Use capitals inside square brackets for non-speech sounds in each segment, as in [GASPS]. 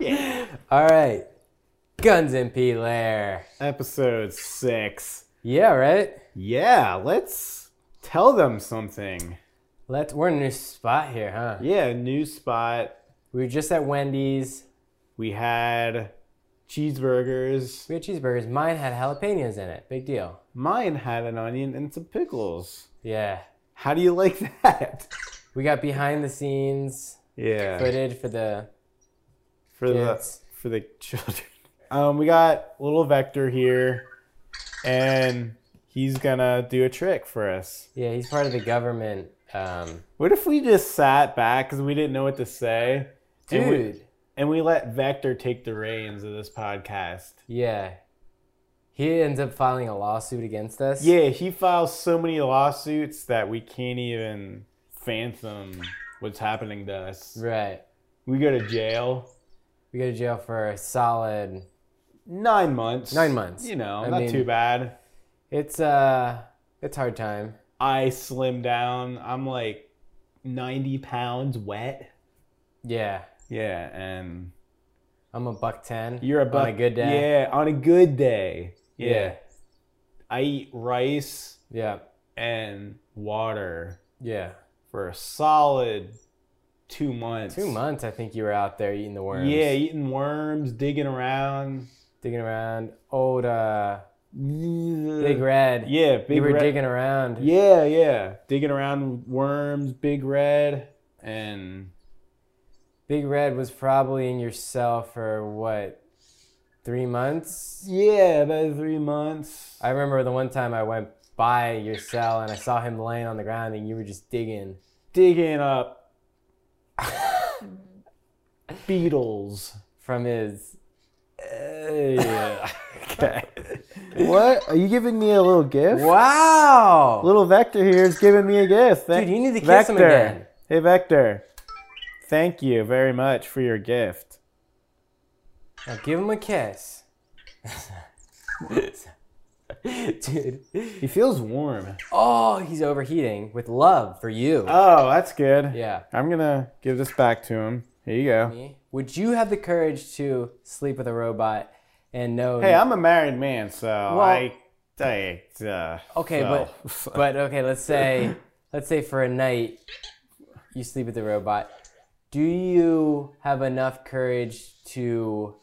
Yeah. All right. Guns and P Lair. [LAUGHS] Episode six. Yeah, right? Yeah, let's tell them something. Let's we're in a new spot here, huh? Yeah, new spot. We were just at Wendy's. We had cheeseburgers. We had cheeseburgers. Mine had jalapenos in it. Big deal. Mine had an onion and some pickles. Yeah. How do you like [LAUGHS] that? We got behind the scenes Yeah. footage for the for the Kids. for the children. [LAUGHS] Um, we got little Vector here, and he's gonna do a trick for us. Yeah, he's part of the government. Um What if we just sat back because we didn't know what to say, and we, dude. and we let Vector take the reins of this podcast? Yeah. He ends up filing a lawsuit against us. Yeah, he files so many lawsuits that we can't even fathom what's happening to us. Right. We go to jail. We go to jail for a solid Nine months. Nine months. You know, I not mean- too bad. it's uh it's hard time. I slim down. I'm like 90 pounds wet. Yeah. Yeah, and I'm a buck ten. you're a buck. on a good day. Yeah, on a good day. Yeah. Yeah. I eat rice Yeah. and water Yeah. for a solid two months. Two months I think you were out there eating the worms. Yeah, eating worms, digging around. Digging around old uh Big Red. Yeah, big you were red. digging around. Yeah, yeah, digging around worms, big red, and Big Red was probably in your cell for what, three months? yeah, about three months. I remember the one time I went by your cell and I saw him laying on the ground and you were just digging. digging up beetles. [LAUGHS] From his, yeah. okay. What? Are you giving me a little gift? wow, Little Vector here is giving me a gift. Thank- dude, you need to kiss Vector. him again. Hey Vector. Thank you very much for your gift. Now give him a kiss, [LAUGHS] dude. He feels warm. Oh, he's overheating with love for you. Oh, that's good. yeah. I'm gonna give this back to him. Here you go. Me? Would you have the courage to sleep with a robot and know? Hey, I'm a married man, so I, I uh, Okay, so- but okay, let's say let's say for a night you sleep with the robot. Do you have enough courage to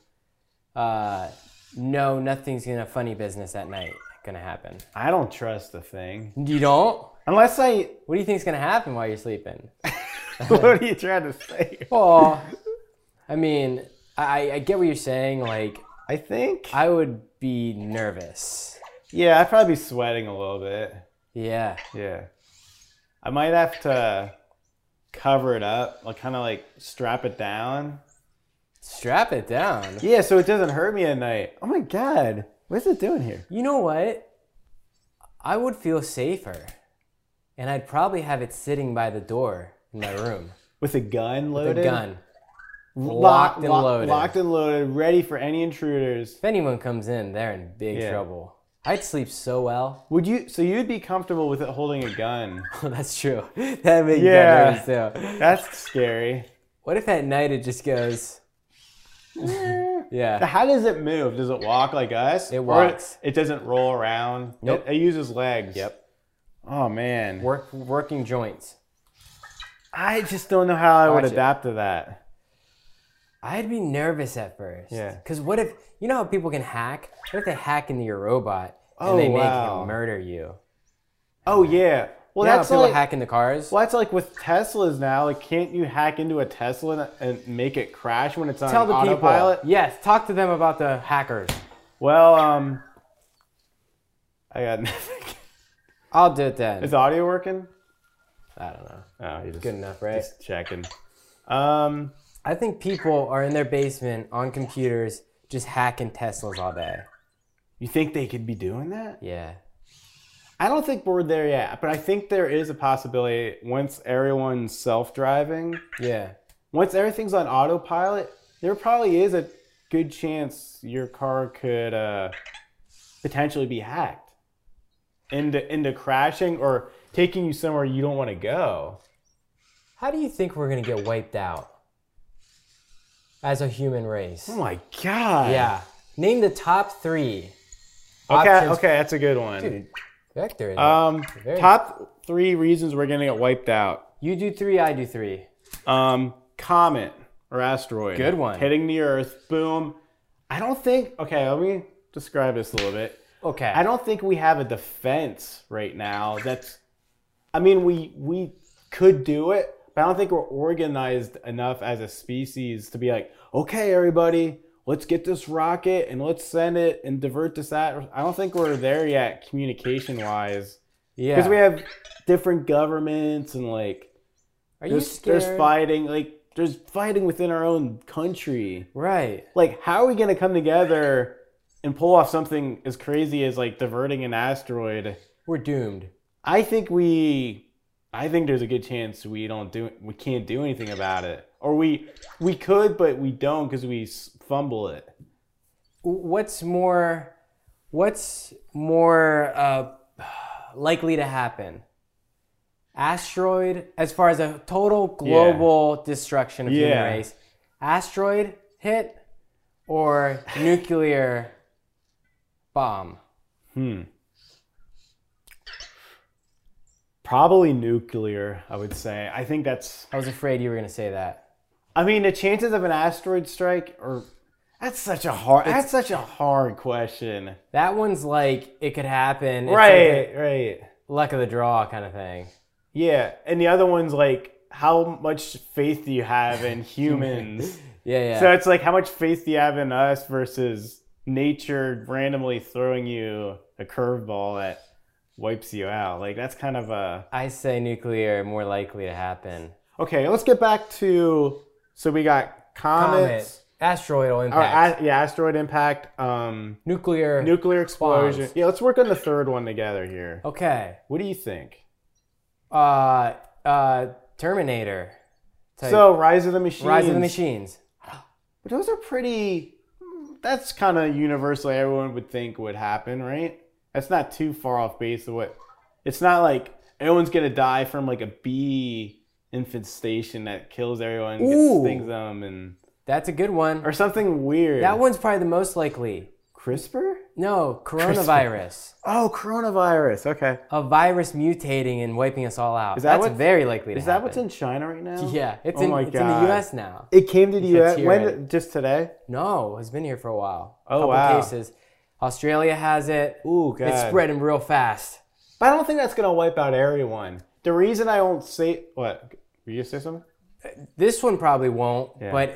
uh, know nothing's gonna funny business at night gonna happen? I don't trust the thing You don't. unless I [LAUGHS] What do you think's gonna happen while you're sleeping? what are you trying to [LAUGHS] say? Well, I mean, I, I get what you're saying. Like, I think. I would be nervous. yeah, I'd probably be sweating a little bit. Yeah. Yeah. I might have to cover it up, like kind of like strap it down. Strap it down. Yeah, so it doesn't hurt me at night. Oh my god, what's it doing here? You know what? I would feel safer. And I'd probably have it sitting by the door in my room. With a gun The [LAUGHS] loaded. gun. Lo- Locked and lo- loaded. Locked and loaded, ready for any intruders. If anyone comes in, they're in big Yeah. trouble. I'd sleep so well. [LAUGHS] Oh, Would you? So you'd be comfortable with it holding a gun? That's true. [LAUGHS] That makes Yeah. yeah. too. That's [LAUGHS] scary. What if at night it just goes, yeah. How does it move? Does it walk like us? It Or walks. It, doesn't roll around. Nope. It, it uses legs. Yep. Oh man. Work, working joints. I just don't know how I would Watch it. adapt to that. I'd be nervous at first. Yeah. Because what if, you know how people can hack? What if they hack into your robot and Oh, they make wow. him murder you? Oh yeah. Well, You know how that's people like hack into cars? well, that's like with Teslas now. Like, can't you hack into a Tesla and, and make it crash when it's on tell the autopilot? people. Yes, talk to them about the hackers. Well, um, I got nothing. I'll do it then. Is the audio working? I don't know. Oh, you just Good enough, right? Just checking. Um, I think people are in their basement on computers just hacking Teslas all day. you think they could be doing that? Yeah. I don't think we're there yet, but I think there is a possibility once everyone's self-driving. Yeah. once everything's on autopilot, there probably is a good chance your car could uh, potentially be hacked into into crashing or taking you somewhere you don't want to go. How do you think we're going to get wiped out? as a human race. Oh my god. Yeah. Name the top three. Okay. Options- Okay, that's a good one. Dude, Vector. in it. um, Very- top three reasons we're gonna get wiped out. you do three, I do three. Um, comet or asteroid. Good one. Hitting the Earth. Boom. I don't think. Okay, let me describe this a little bit. Okay. I don't think we have a defense right now. That's, I mean, we we could do it, but I don't think we're organized enough as a species to be like, okay, everybody, let's get this rocket and let's send it and divert this at. I don't think we're there yet, communication wise, yeah. because we have different governments and like Are you there's, scared? there's fighting like there's fighting within our own country Right. like how are we gonna come together and pull off something as crazy as like diverting an asteroid We're doomed. i think we i think there's a good chance we don't do we can't do anything about it or we we could but we don't because we s- fumble it what's more what's more uh, likely to happen asteroid as far as a total global destruction of human Yeah. race asteroid hit or nuclear bomb hmm probably nuclear i would say i think that's i was afraid you were going to say that I mean, the chances of an asteroid strike, or that's such a hard, that's such a hard question. that one's like it could happen It's like Right, a right, luck of the draw kind of thing yeah. And the other one's like, how much faith do you have in humans? yeah yeah So it's like, how much faith do you have in us versus nature randomly throwing you a curveball that wipes you out? Like that's kind of a i say nuclear more likely to happen okay. Let's get back to so we got comets. comet asteroidal Or, impact a, yeah, asteroid impact. Um, nuclear Nuclear explosion. Bombs. Yeah, let's work on the third one together here. okay What do you think? uh, uh, Terminator. Type. So, Rise of the Machines. Rise of the Machines. But those are pretty. That's kind of universally everyone would think would happen, right? That's not too far off base of what. It's not like everyone's gonna die from like a bee infestation that kills everyone, and Ooh. gets, stings them, and That's a good one. or something weird. That one's probably the most likely. CRISPR? No, coronavirus. Oh, coronavirus. Okay. A virus mutating and wiping us all out. Is that That's what- very likely to Is that happen. what's in China right now? Yeah, it's, Oh in, my it's in God. the U.S. now. It came to the U.S. here When? already. did- Just today? No, it's been here for a while. Oh, Couple wow. cases. Australia has it. Ooh, God. It's spreading real fast. But I don't think that's gonna wipe out everyone. The reason I won't say what were you gonna say something? This one probably won't, Yeah. but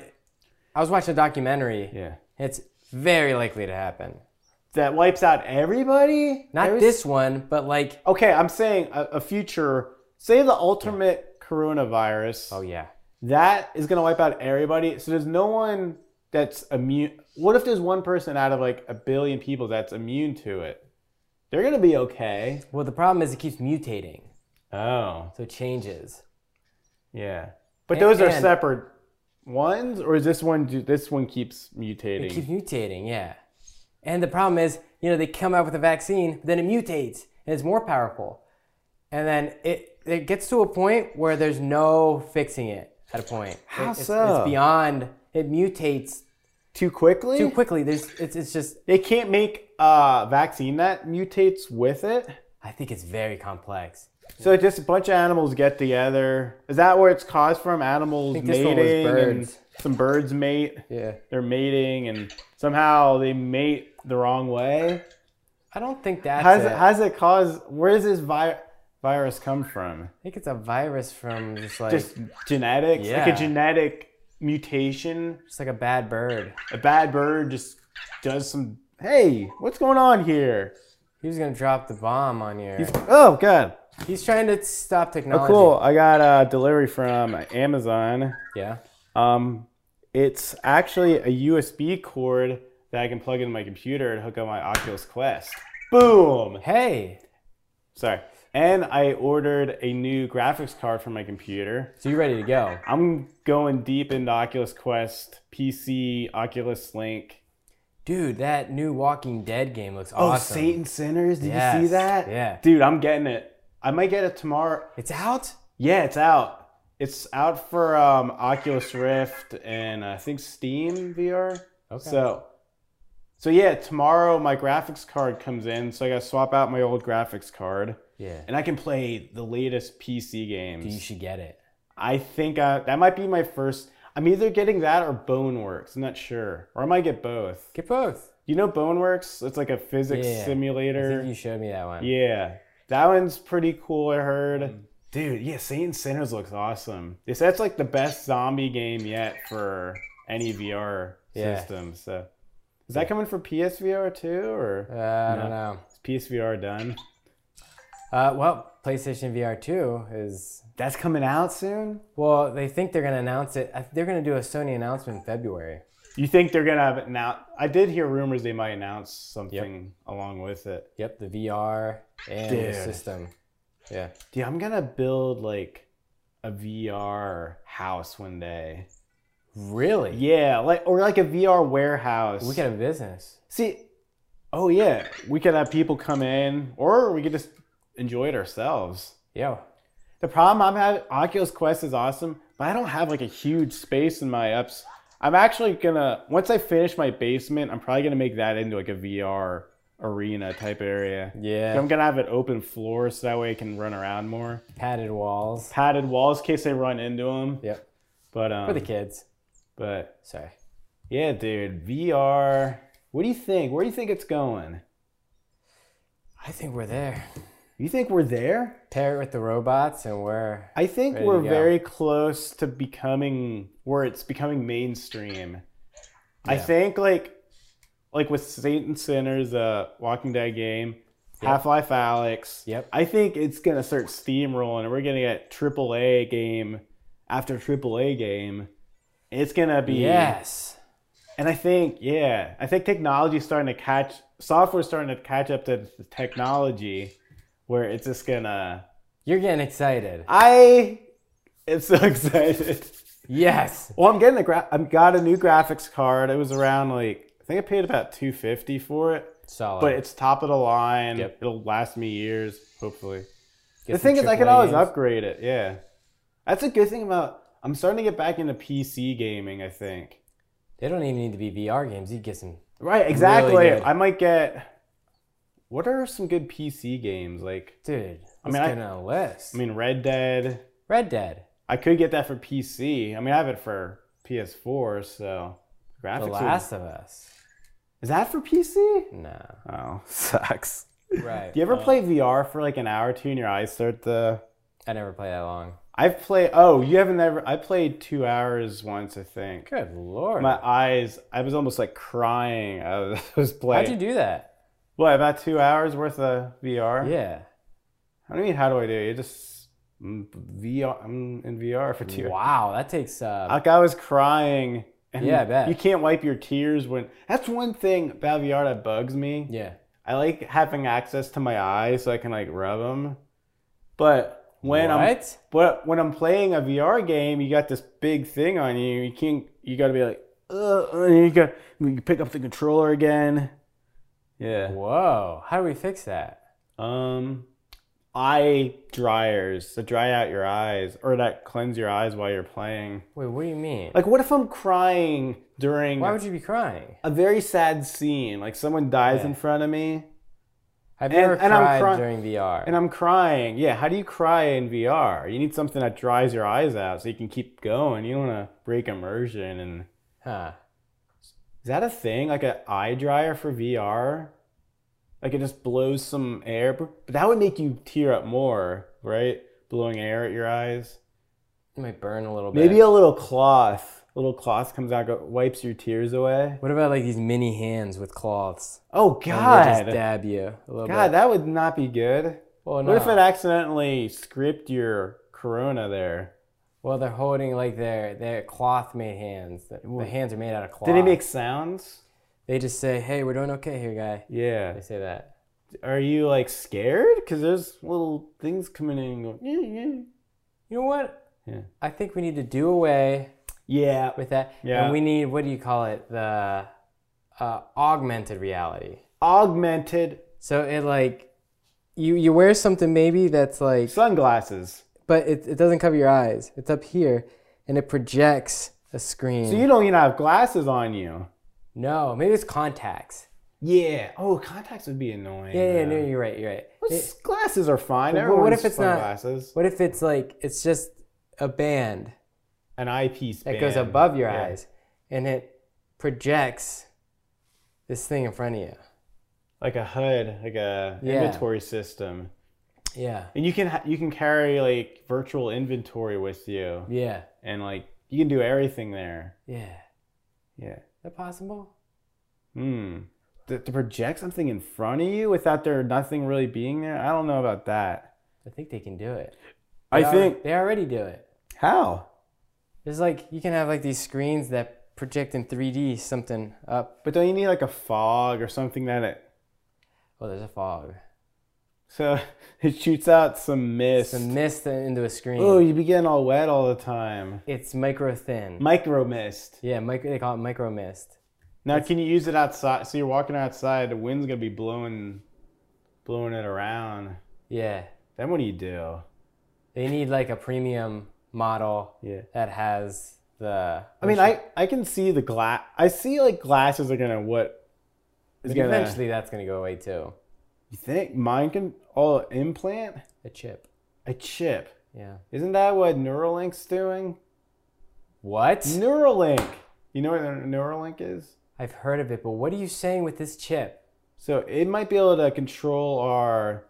I was watching a documentary. Yeah. It's very likely to happen. That wipes out everybody. Not Every- this one, but like, Okay, I'm saying a, a future. Say the ultimate coronavirus. oh yeah. That is gonna wipe out everybody. So there's no one that's immune. What if there's one person out of like a billion people that's immune to it? They're gonna be okay. Well, the problem is it keeps mutating, Oh, so it changes. yeah. But And- those are and- separate ones, or is this one? ju- This one keeps mutating. It keeps mutating, yeah. And the problem is, you know, they come out with a vaccine, then it mutates and it's more powerful. And then it it gets to a point where there's no fixing it at a point. It- How it's, so? it's beyond it mutates too quickly. too quickly. There's it's it's just They can't make a vaccine that mutates with it. I think it's very complex. So it's just a bunch of animals get together. Is that where it's caused from? Animals think this one was mating birds. and some birds mate. Yeah. They're mating and somehow they mate the wrong way. I don't think that's How's it. it, how's it cause? Where does this vi- virus come from? I think it's a virus from just like Just genetics, like Yeah. a genetic mutation. just like a bad bird. A bad bird just does some. Hey, what's going on here? He was gonna drop the bomb on you. He's, Oh god. trying to stop technology. Oh, cool. I got a delivery from Amazon. Yeah. Um, it's actually a USB cord that I can plug into my computer and hook up my Oculus Quest. Boom! Hey. Sorry. And I ordered a new graphics card for my computer. So you're ready to go. I'm going deep into Oculus Quest, PC, Oculus Link. Dude, that new Walking Dead game looks Oh, awesome. Satan Sinners! Did you see Yes, that? yeah. Dude, I'm getting it. I might get it tomorrow. It's out? Yeah, it's out. It's out for um, Oculus Rift and uh, I think Steam VR. Okay. So, so yeah, tomorrow my graphics card comes in, so I gotta swap out my old graphics card, yeah. and I can play the latest PC games. Dude, you should get it. I think uh, that might be my first. I'm either getting that or Boneworks. I'm not sure, or I might get both. Get both. You know Boneworks? It's like a physics Yeah. I simulator. think you showed me that one. Yeah, that one's pretty cool. I Mm. heard. Dude, yeah, Satan Sinners looks awesome. They said it's like the best zombie game yet for any VR Yeah. system. So, is that coming for PSVR too, Uh, or I No. don't know. is PSVR done? Uh, well, PlayStation VR 2 is. That's coming out soon. Well, they think they're going to announce it. I- They're going to do a Sony announcement in February. You think they're gonna have it now? I did hear rumors they might announce something along with it. Yep, the VR and Dude. the system. Yeah. Dude, I'm gonna build like a VR house one day. Really? Yeah, like or like a VR warehouse. We could have a business. See, oh yeah, we could have people come in, or we could just enjoy it ourselves. Yo. The problem I'm having, Oculus Quest is awesome, but I don't have like a huge space in my ups. I'm actually gonna once I finish my basement, I'm probably gonna make that into like a VR arena type area. Yeah. I'm gonna have it open floor so that way I can run around more. Padded walls. Padded walls in case I run into them. Yep. But um, For the kids. but Sorry. yeah, dude, VR. What do you think? Where do you think it's going? I think we're there. You think we're there? Pair it with the robots and we're. I think Ready to we're go. very close to becoming where it's becoming mainstream. I Yeah. think like like with Satan Sinners, uh Walking Dead game, Half Life Alex. Yep. I think it's gonna start steamrolling and we're gonna get triple A game after triple A game. It's gonna be Yes. and I think, yeah, I think technology's starting to catch, software's starting to catch up to the technology where it's just gonna. You're getting excited. I am so [LAUGHS] excited. Yes. Well, I'm getting a gra- I've got a new graphics card. It was around like I think I paid about 250 for it, Solid. but it's top of the line. Yep. It'll last me years, hopefully. Get the some thing is, I can AAA always games. upgrade it. Yeah, that's a good thing about. I'm starting to get back into PC gaming. I think. They don't even need to be VR games. You can get some. Right, exactly. good. I might get. What are some good PC games? Like, Dude, I let's mean, I- get on a list. I mean, Red Dead. Red Dead. I could get that for PC. I mean, I have it for PS4, so graphics. The would- Last of Us. Is that for PC? No. [LAUGHS] [LAUGHS] Oh, sucks. Right. Do you ever play VR for like an hour or two and your eyes start to? I never play that long. I've played. Oh, you haven't ever. I played two hours once, I think. Good lord. My eyes. I was almost like crying. I was, [LAUGHS] I was How'd playing. you do that? what about two hours worth of VR? Yeah. I mean, how do I do? it? You just mm, VR. I'm in VR for two. Wow, that takes. Uh, Like I was crying. And Yeah, I bet. You can't wipe your tears when. That's one thing about VR that bugs me. yeah. I like having access to my eyes so I can like rub them. But when I'm What? but when I'm playing a VR game, you got this big thing on you. You can't. You got to be like, uh, uh, you got. You pick up the controller again. Yeah. Whoa. How do we fix that? Um, eye dryers to dry out your eyes or that cleanse your eyes while you're playing. Wait, what do you mean? Like, what if I'm crying during Why would you be crying? a very sad scene? Like someone dies Yeah. in front of me. I've And- never and I'm cried cry- during VR. And I'm crying. Yeah, how do you cry in VR? You need something that dries your eyes out so you can keep going. You don't want to break immersion. And is huh. that a thing? Like an eye dryer for VR? Like it just blows some air, but that would make you tear up more, right? Blowing air at your eyes. It might burn a little bit. Maybe a little cloth. A little cloth comes out, go, wipes your tears away. What about like these mini hands with cloths? Oh And they just God, dab you a little God, bit. that would not be good. Well, Oh, no. What if it accidentally script your corona there? well, they're holding like their their cloth made hands. The, the hands are made out of cloth. Did it make sounds? They just say, "Hey, we're doing okay here, guy." Yeah. They say that. Are you like scared? Because there's little things coming in and going. "Yeah, yeah." You know what? Yeah. I think we need to do away Yeah. with that. Yeah. And we need what do you call it? The uh, augmented reality. Augmented So it like you you wear something maybe that's like sunglasses. but it, it doesn't cover your eyes. It's up here, and it projects a screen. So you don't even have glasses on you. no, maybe it's contacts. Yeah. Oh, contacts would be annoying. Yeah, yeah, though. no, you're right. You're right. It- Those glasses are fine. But Everyone's what if it's fun not- glasses? what if it's like it's just a band An eyepiece that goes band. above your Yeah. eyes, and it projects this thing in front of you? like a HUD, like a Yeah. inventory system, Yeah, and you can ha- you can carry like virtual inventory with you, yeah, and like you can do everything there. yeah. Yeah. Is that possible? Hmm. To, to project something in front of you without there nothing really being there, I don't know about that. I think they can do it. I They alre- think they already do it. how, There's like you can have like these screens that project in 3D something up. but don't you need like a fog or something that it Oh, there's a fog. so [LAUGHS] it shoots out some mist. Some mist into a screen. oh, you be getting all wet all the time. It's micro thin. Micro mist. yeah, micro, they call it micro mist. Now, can you use it outside? So you're walking outside, the wind's gonna be blowing, blowing it around. Yeah, Then what do you do? they need like a premium model Yeah. that has the. I mean, I I can see the glass. I see like glasses are gonna what is But gonna. eventually that's gonna go away too. You think mine can all implant A chip. a chip? Yeah. Isn't that what Neuralink's doing? What? Neuralink. You know what Neuralink is? I've heard of it, but what are you saying with this chip? So it might be able to control our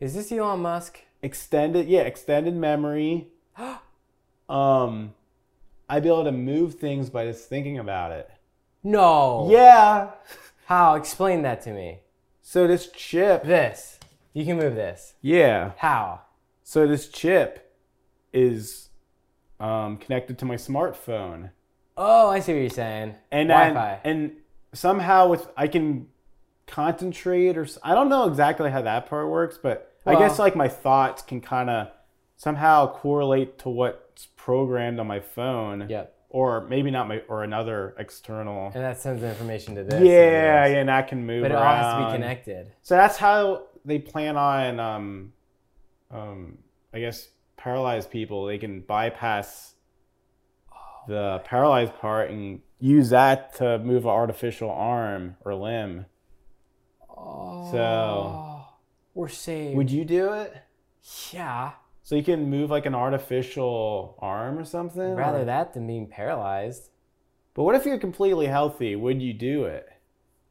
Is this Elon Musk? [GASPS] extended yeah extended memory um i'd be able to move things by just thinking about it No. yeah How? Explain that to me. so this chip This. You can move this. yeah How? so this chip is um connected to my smartphone Oh, I see what you're saying. and I- Wi-Fi. and somehow with i can concentrate or s- i don't know exactly how that part works but i guess Well- like my thoughts can kind of somehow correlate to what's programmed on my phone yep. or maybe not my or another external. And that sends information to this. and yeah, this. yeah, and that can move But it all around. has to be connected. So that's how they plan on, um, um, I guess, paralyzed people. They can bypass the paralyzed part and use that to move an artificial arm or limb. Oh. So- we're saved. Would you do it? yeah. So you can move like an artificial arm or something. Rather or- that than being paralyzed. But what if you're completely healthy? Would you do it?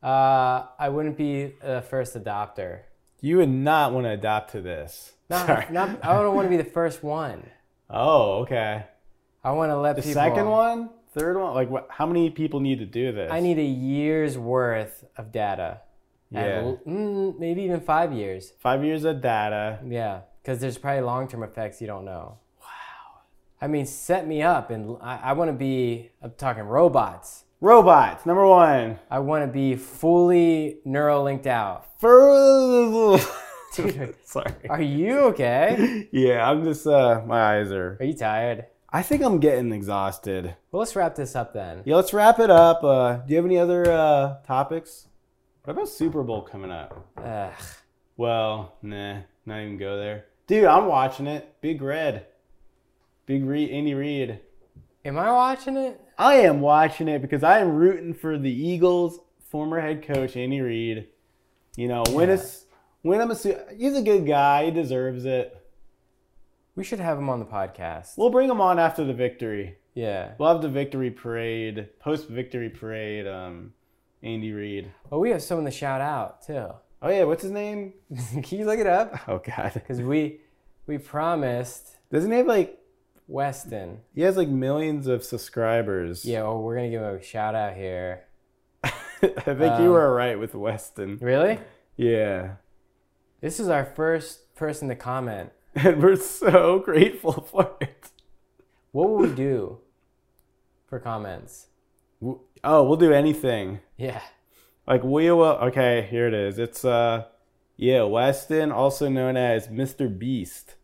Uh, I wouldn't be the first adopter. You would not want to adapt to this. Sorry. Not, not, I don't want to be the first one. Oh, okay. I want to let The people. second one, third one, like what? How many people need to do this? I need a year's worth of data. At yeah, l- mm, maybe even five years. five years of data. Yeah, because there's probably long term effects you don't know. Wow. I mean, set me up, and I, I want to be. I'm talking robots. Robots, number one. I want to be fully neural linked out. Fur- Dude. Sorry. Are you okay? Yeah, I'm just. Uh, my eyes are. Are you tired? I think I'm getting exhausted. Well, let's wrap this up then. Yeah, let's wrap it up. Uh, do you have any other uh, topics? What about Super Bowl coming up? Ugh. Well, nah, not even go there. Dude, I'm watching it. Big Red, Big Reed, Andy Reid. Am I watching it? I am watching it because I am rooting for the Eagles' former head coach Andy Reid. You know, win us, win him a suit. He's a good guy. He deserves it. We should have him on the podcast. We'll bring him on after the victory. Yeah. We'll have the victory parade, post victory parade. Um, Andy Reid. Oh, we have someone to shout out too. [LAUGHS] Oh yeah, what's his name? Can you look it up? Oh god, [LAUGHS] Because we we promised doesn't he have like Weston. he has like millions of subscribers? Yeah. Well, we're gonna give him a shout out here. [LAUGHS] I think you Um, were right with Weston. Really? Yeah, [LAUGHS] This is our first person to comment. and we're so grateful [LAUGHS] for it. What will we do for comments? W- Oh, we'll do anything. Yeah. Like we will. Okay, here it is. It's uh, yeah, Weston, also known as Mr. Beast.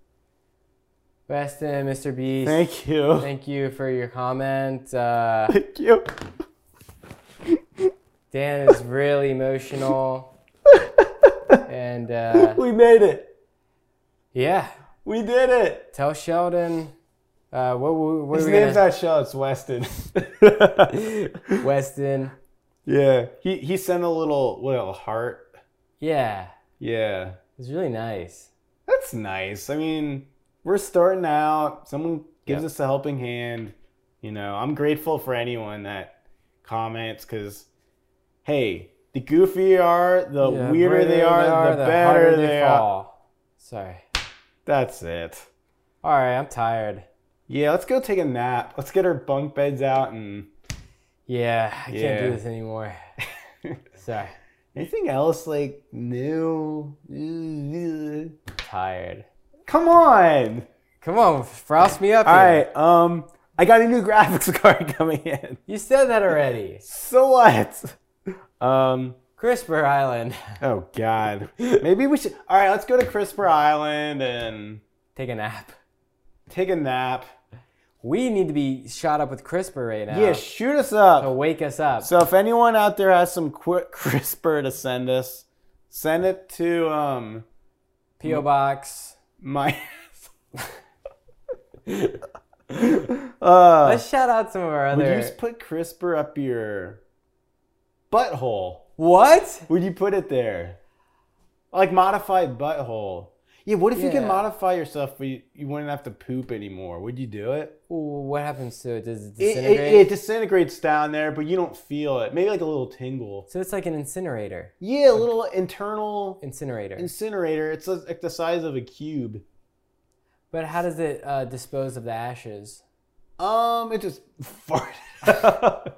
Weston, Mr. Beast. Thank you. [LAUGHS] Thank you for your comment. Uh, Thank you. Dan is really emotional. And uh, We made it. yeah, We did it. Tell Sheldon. Uh, what, what, what are His we name's gonna, not Shell. It's Weston. [LAUGHS] Weston? yeah. He he sent a little what a heart. Yeah, Yeah. it's really nice. That's nice. I mean, we're starting out. Someone gives Yep. us a helping hand. You know, I'm grateful for anyone that comments because, hey, the goofier are, the Yeah, weirder they are, the, harder better they, are. fall. Sorry. That's it. All right, I'm tired. Yeah, let's go take a nap. Let's get our bunk beds out and Yeah, I can't Yeah. do this [LAUGHS] anymore. Sorry, anything else like new. tired. Come on. Come on, frost me up. All here. right. Um, I got a new [LAUGHS] graphics card coming in. You said that already. So what? Um. CRISPR Island. [LAUGHS] Oh God. Maybe we should. All right, let's go to CRISPR Island and Take a nap. take a nap. We need to be shot up with CRISPR right now. Yeah, shoot us To up. wake us up. So if anyone out there has some qu- CRISPR to send us, send it to um P.O. Box. my. [LAUGHS] uh, Let's shout out some of our would you other. s- put CRISPR up your butthole? what? Would you put it there? Like modified butthole. Yeah, what if you Yeah. could modify yourself but you, you wouldn't have to poop anymore? Would you do it? Ooh, what happens to it? Does it It, it, disintegrate? it disintegrates down there, but you don't feel it. Maybe like a little tingle. so it's like an incinerator. Yeah, a little internal Incinerator. incinerator. It's like the size of a cube. but how does it uh, dispose of the ashes? Um, it just [LAUGHS] [LAUGHS] farted.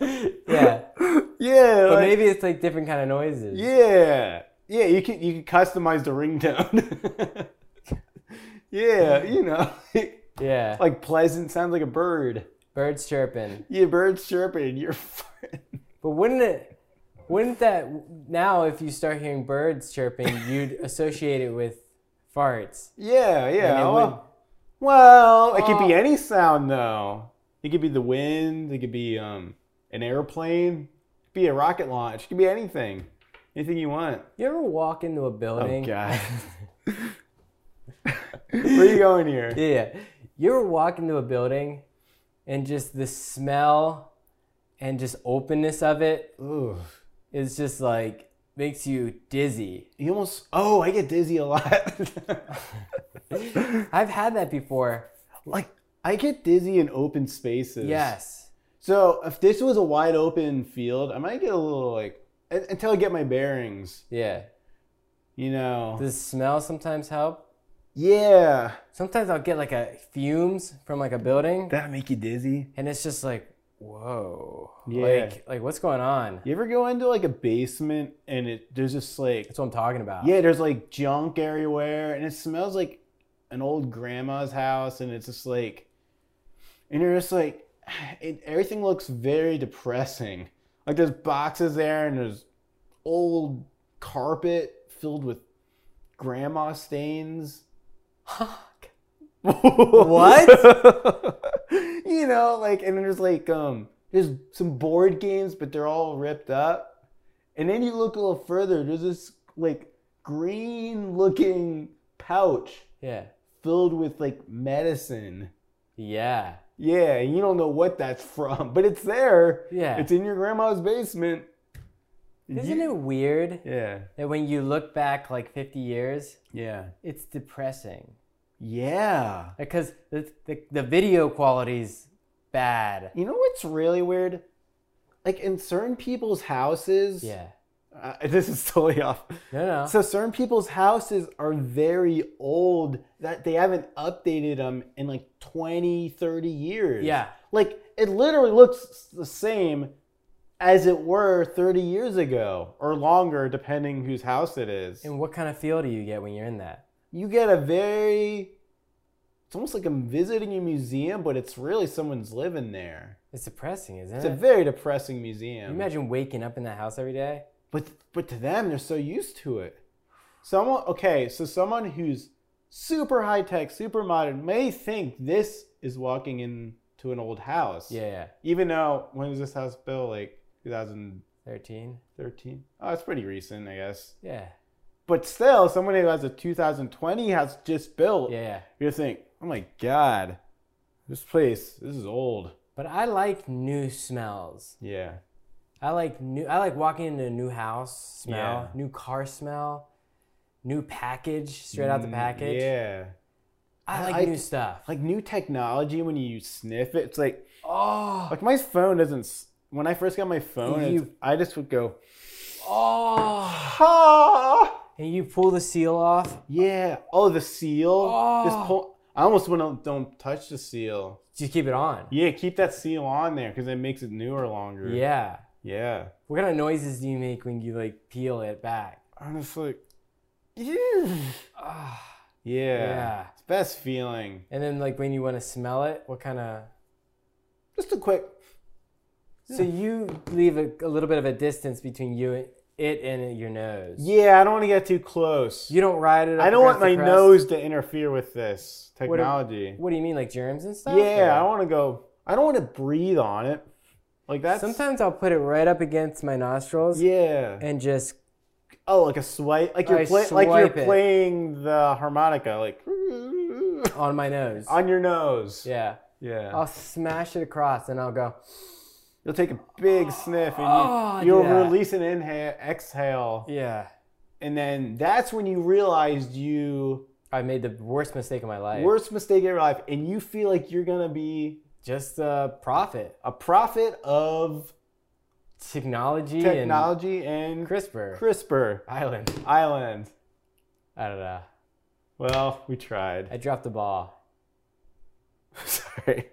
Yeah. yeah, but like- maybe it's like different kind of noises. Yeah. Yeah, you can you can customize the ringtone. [LAUGHS] yeah, you know. [LAUGHS] Yeah. like pleasant sounds like a bird. Birds chirping. Yeah, birds chirping, you're [LAUGHS] farting. But wouldn't it? Wouldn't that now if you start hearing birds chirping, you'd associate it with farts? Yeah, yeah. And it would- Well, well, it could be Oh. any sound though. It could be the wind, it could be um an airplane, it could be a rocket launch, it could be anything. Anything you want. You ever walk into a building? God. Where are you going here? [LAUGHS] Yeah. You ever walk into a building and just the smell and just openness of it [LAUGHS] Ooh. is just like makes you dizzy. You almost oh, I get dizzy a lot. [LAUGHS] I've had that before. like I get dizzy in open spaces. Yes. So if this was a wide open field, I might get a little like un- until I get my bearings. Yeah. You know. Does smell sometimes help? yeah. Sometimes I'll get like a fumes from like a building That make you dizzy? and it's just like, whoa. Yeah. Like like what's going on? You ever go into like a basement and it there's just like That's what I'm talking about. yeah, there's like junk everywhere and it smells like an old grandma's house and it's just like and you're just like [SIGHS] it, everything looks very depressing. Like there's boxes there and there's old carpet filled with grandma stains. What? [LAUGHS] you know, like, and there's like, um, there's some board games, but they're all ripped up. And then you look a little further, there's this like green looking pouch [LAUGHS] yeah. filled with like medicine. Yeah. Yeah, and you don't know what that's [LAUGHS] from, but it's there. Yeah. It's in your grandma's basement. Isn't it weird Yeah. that when you look back like 50 years, Yeah. it's depressing? Yeah. because the, the, the video quality's bad. You know what's really weird? Like in certain people's houses. Yeah. Uh, [LAUGHS] this is totally off. No, no. So certain people's houses are very old that they haven't updated them in like 20, 30 years. yeah. Like it literally looks the same as it were 30 years ago or longer depending whose house it is. And what kind of feel do you get when you're in that? you get a very it's almost like I'm visiting a museum but it's really someone's living there. It's depressing, isn't It's a it? very depressing Can museum. you imagine waking up in that house every day? but but to them they're so used to it someone okay so someone who's super high tech super modern may think this is walking into an old house Yeah, yeah. even though when was this house built like 2013 13? oh it's pretty recent i guess Yeah. But still, someone who has a 2020 has just built. Yeah, yeah. You think, oh my god, this place, this is old. But I like new smells. Yeah. I like new. I like walking into a new house smell, Yeah. new car smell, new package straight out the package. Mm, Yeah. I like I- new stuff. Like new technology when you sniff it, it's like oh, like my phone doesn't. s- When I first got my phone, it's- You- I just would go, oh, ah. and you pull the seal off. Yeah. Oh, the seal. Oh. Just pull. I almost want to don't touch the seal. Just keep it on. Yeah, keep that seal on there because it makes it newer longer. Yeah. Yeah. What kind of noises do you make when you like peel it back? I'm just like, yeah. Ah, Yeah. yeah. It's best feeling. And then like when you want to smell it, what kind of? Just a quick. So you leave a, a little bit of a distance between you and it and your nose. Yeah, I don't want to get too close. You don't ride it. Up I don't want across my the crest? nose to interfere with this do- technology. What do you mean, like germs and stuff? Yeah, I Or- don't want to go. I don't want to breathe on it. Like that's. Sometimes I'll put it right up against my nostrils Yeah. and just Oh, like a swipe. Like you're I play, like you're swipe it. playing the harmonica, [LAUGHS] like on my nose. on your nose. yeah. Yeah. I'll smash it across and I'll go. You'll take a big sniff and you, Oh, you'll yeah. release an inhale, exhale, Yeah. and then that's when you realized you I made the worst mistake of my life. worst mistake of your life, and you feel like you're gonna be Just a profit. a prophet of Technology, technology and and CRISPR. CRISPR Island. Island. I don't know. Well, we tried. I dropped the ball. [LAUGHS] Sorry.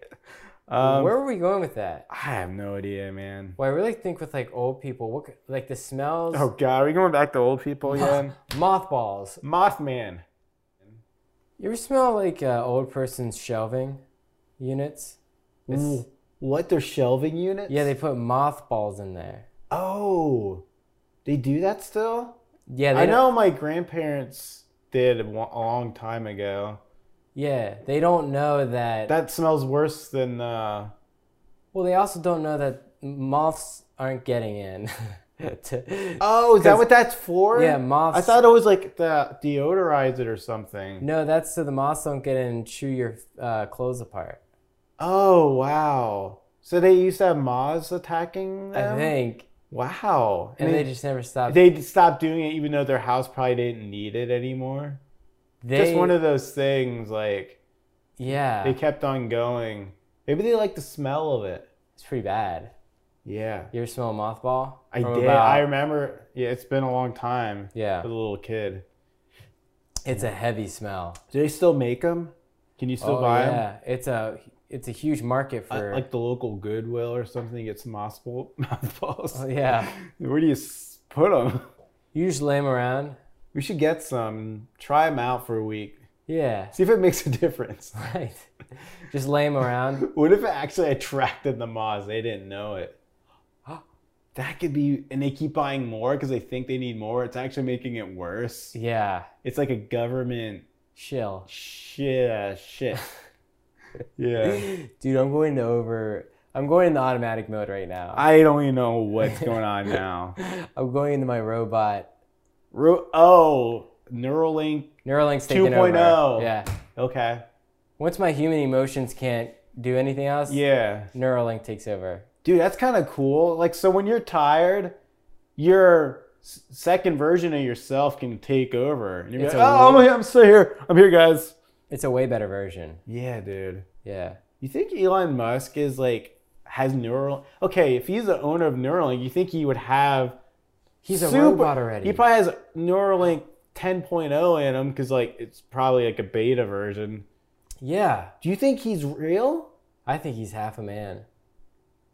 Um, Where were we going with that? I have no idea, man. Well, I really think with like old people, what could- like the smells, Oh God, are we going back to old [SIGHS] people again? mothballs. Mothman. You ever smell like uh, old person's shelving units? It's- What? They're shelving units? yeah, they put mothballs in there. Oh, they do that still? Yeah, they I don't- know my grandparents did a wa- a long time ago. Yeah, they don't know that. That smells worse than. Uh, Well, they also don't know that moths aren't getting in. [LAUGHS] To- oh, is that what that's for? yeah, moths. I thought it was like the deodorize it or something. No, that's so the moths don't get in and chew your uh, clothes apart. Oh wow! So they used to have moths attacking them. I think, Wow. and they just never stop. they d- stopped doing it even though their house probably didn't need it anymore. they Ah. Just one of those things like yeah, they kept on going. Maybe they like the smell of it. it's pretty bad. Yeah. You ever smell a mothball? I From did. about- I remember. Yeah, it's been a long time. Yeah. as a little kid. It's a heavy smell. Do they still make them? Can you still oh buy them? yeah, it's a it's a huge market for Like the local Goodwill or something gets mothball [LAUGHS] mothballs. [LAUGHS] Oh, yeah. Where do you s- put them? You just lay 'em around. [LAUGHS] We should get some. Try them out for a week. Yeah, [LAUGHS] See if it makes a [LAUGHS] difference. right. just lay 'em around. What if it actually attracted the moths? They didn't know it. That could be, and they keep buying more because they think they need more. It's actually making it worse. Yeah, It's like a government chill. shit. [LAUGHS] Shit. yeah. Dude, I'm going to over. I'm going into automatic mode right now. I don't even know what's going [LAUGHS] on now. I'm going into my robot. Ru- oh, Neuralink. Neuralink's taking 2.0. over. Yeah. Okay. Once my human emotions can't do anything else, Yeah. Neuralink takes over. Dude, that's kind of cool. Like, so when you're tired, your s- second version of yourself can take over. And you're It's like, a oh, I'm, here- I'm still here. I'm here, guys. It's a way better version. Yeah, dude. Yeah. You think Elon Musk is like has neural? Okay, if he's the owner of Neuralink, you think he would have? He's a super- robot already. He probably has Neuralink 10.0 in him because like it's probably like a beta version. yeah. Do you think he's real? I think he's half a man.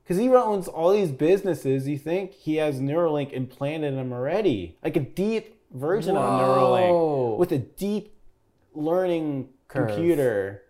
Because he owns all these businesses. You think he has Neuralink implanted in him already? Like a deep version of Whoa. Neuralink with a deep learning Curve. computer.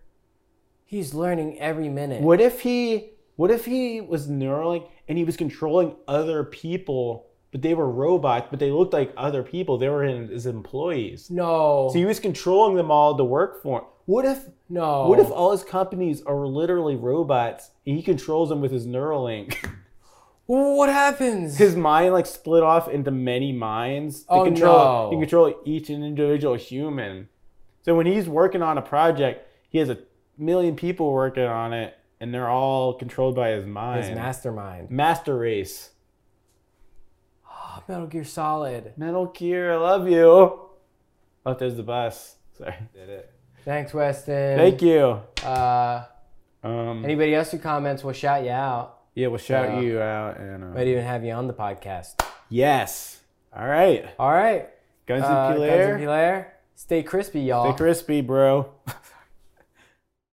He's learning every minute. What if he? What if he was Neuralink and he was controlling other people, but they were robots, but they looked like other people. They were in, his employees. No. So he was controlling them all to work for him. What if? no. What if all his companies are literally robots and he controls them with his Neuralink? [LAUGHS] What happens? his mind like split off into many minds. They Oh, control, no. He control each individual human. So when he's working on a project, he has a million people working on it, and they're all controlled by his mind. His mastermind. Master race. Oh, Metal Gear Solid. Metal Gear, I love you. Oh, there's the bus. Sorry. Did it. Thanks, Weston. Thank you. Uh, Um, anybody else who comments, we'll shout you out. yeah, we'll shout Uh, you out and uh, Might even have you on the podcast. yes. All right, All right. Guns Uh, and Guns and Pilaire, Pilaire. Stay crispy, y'all. stay crispy, bro.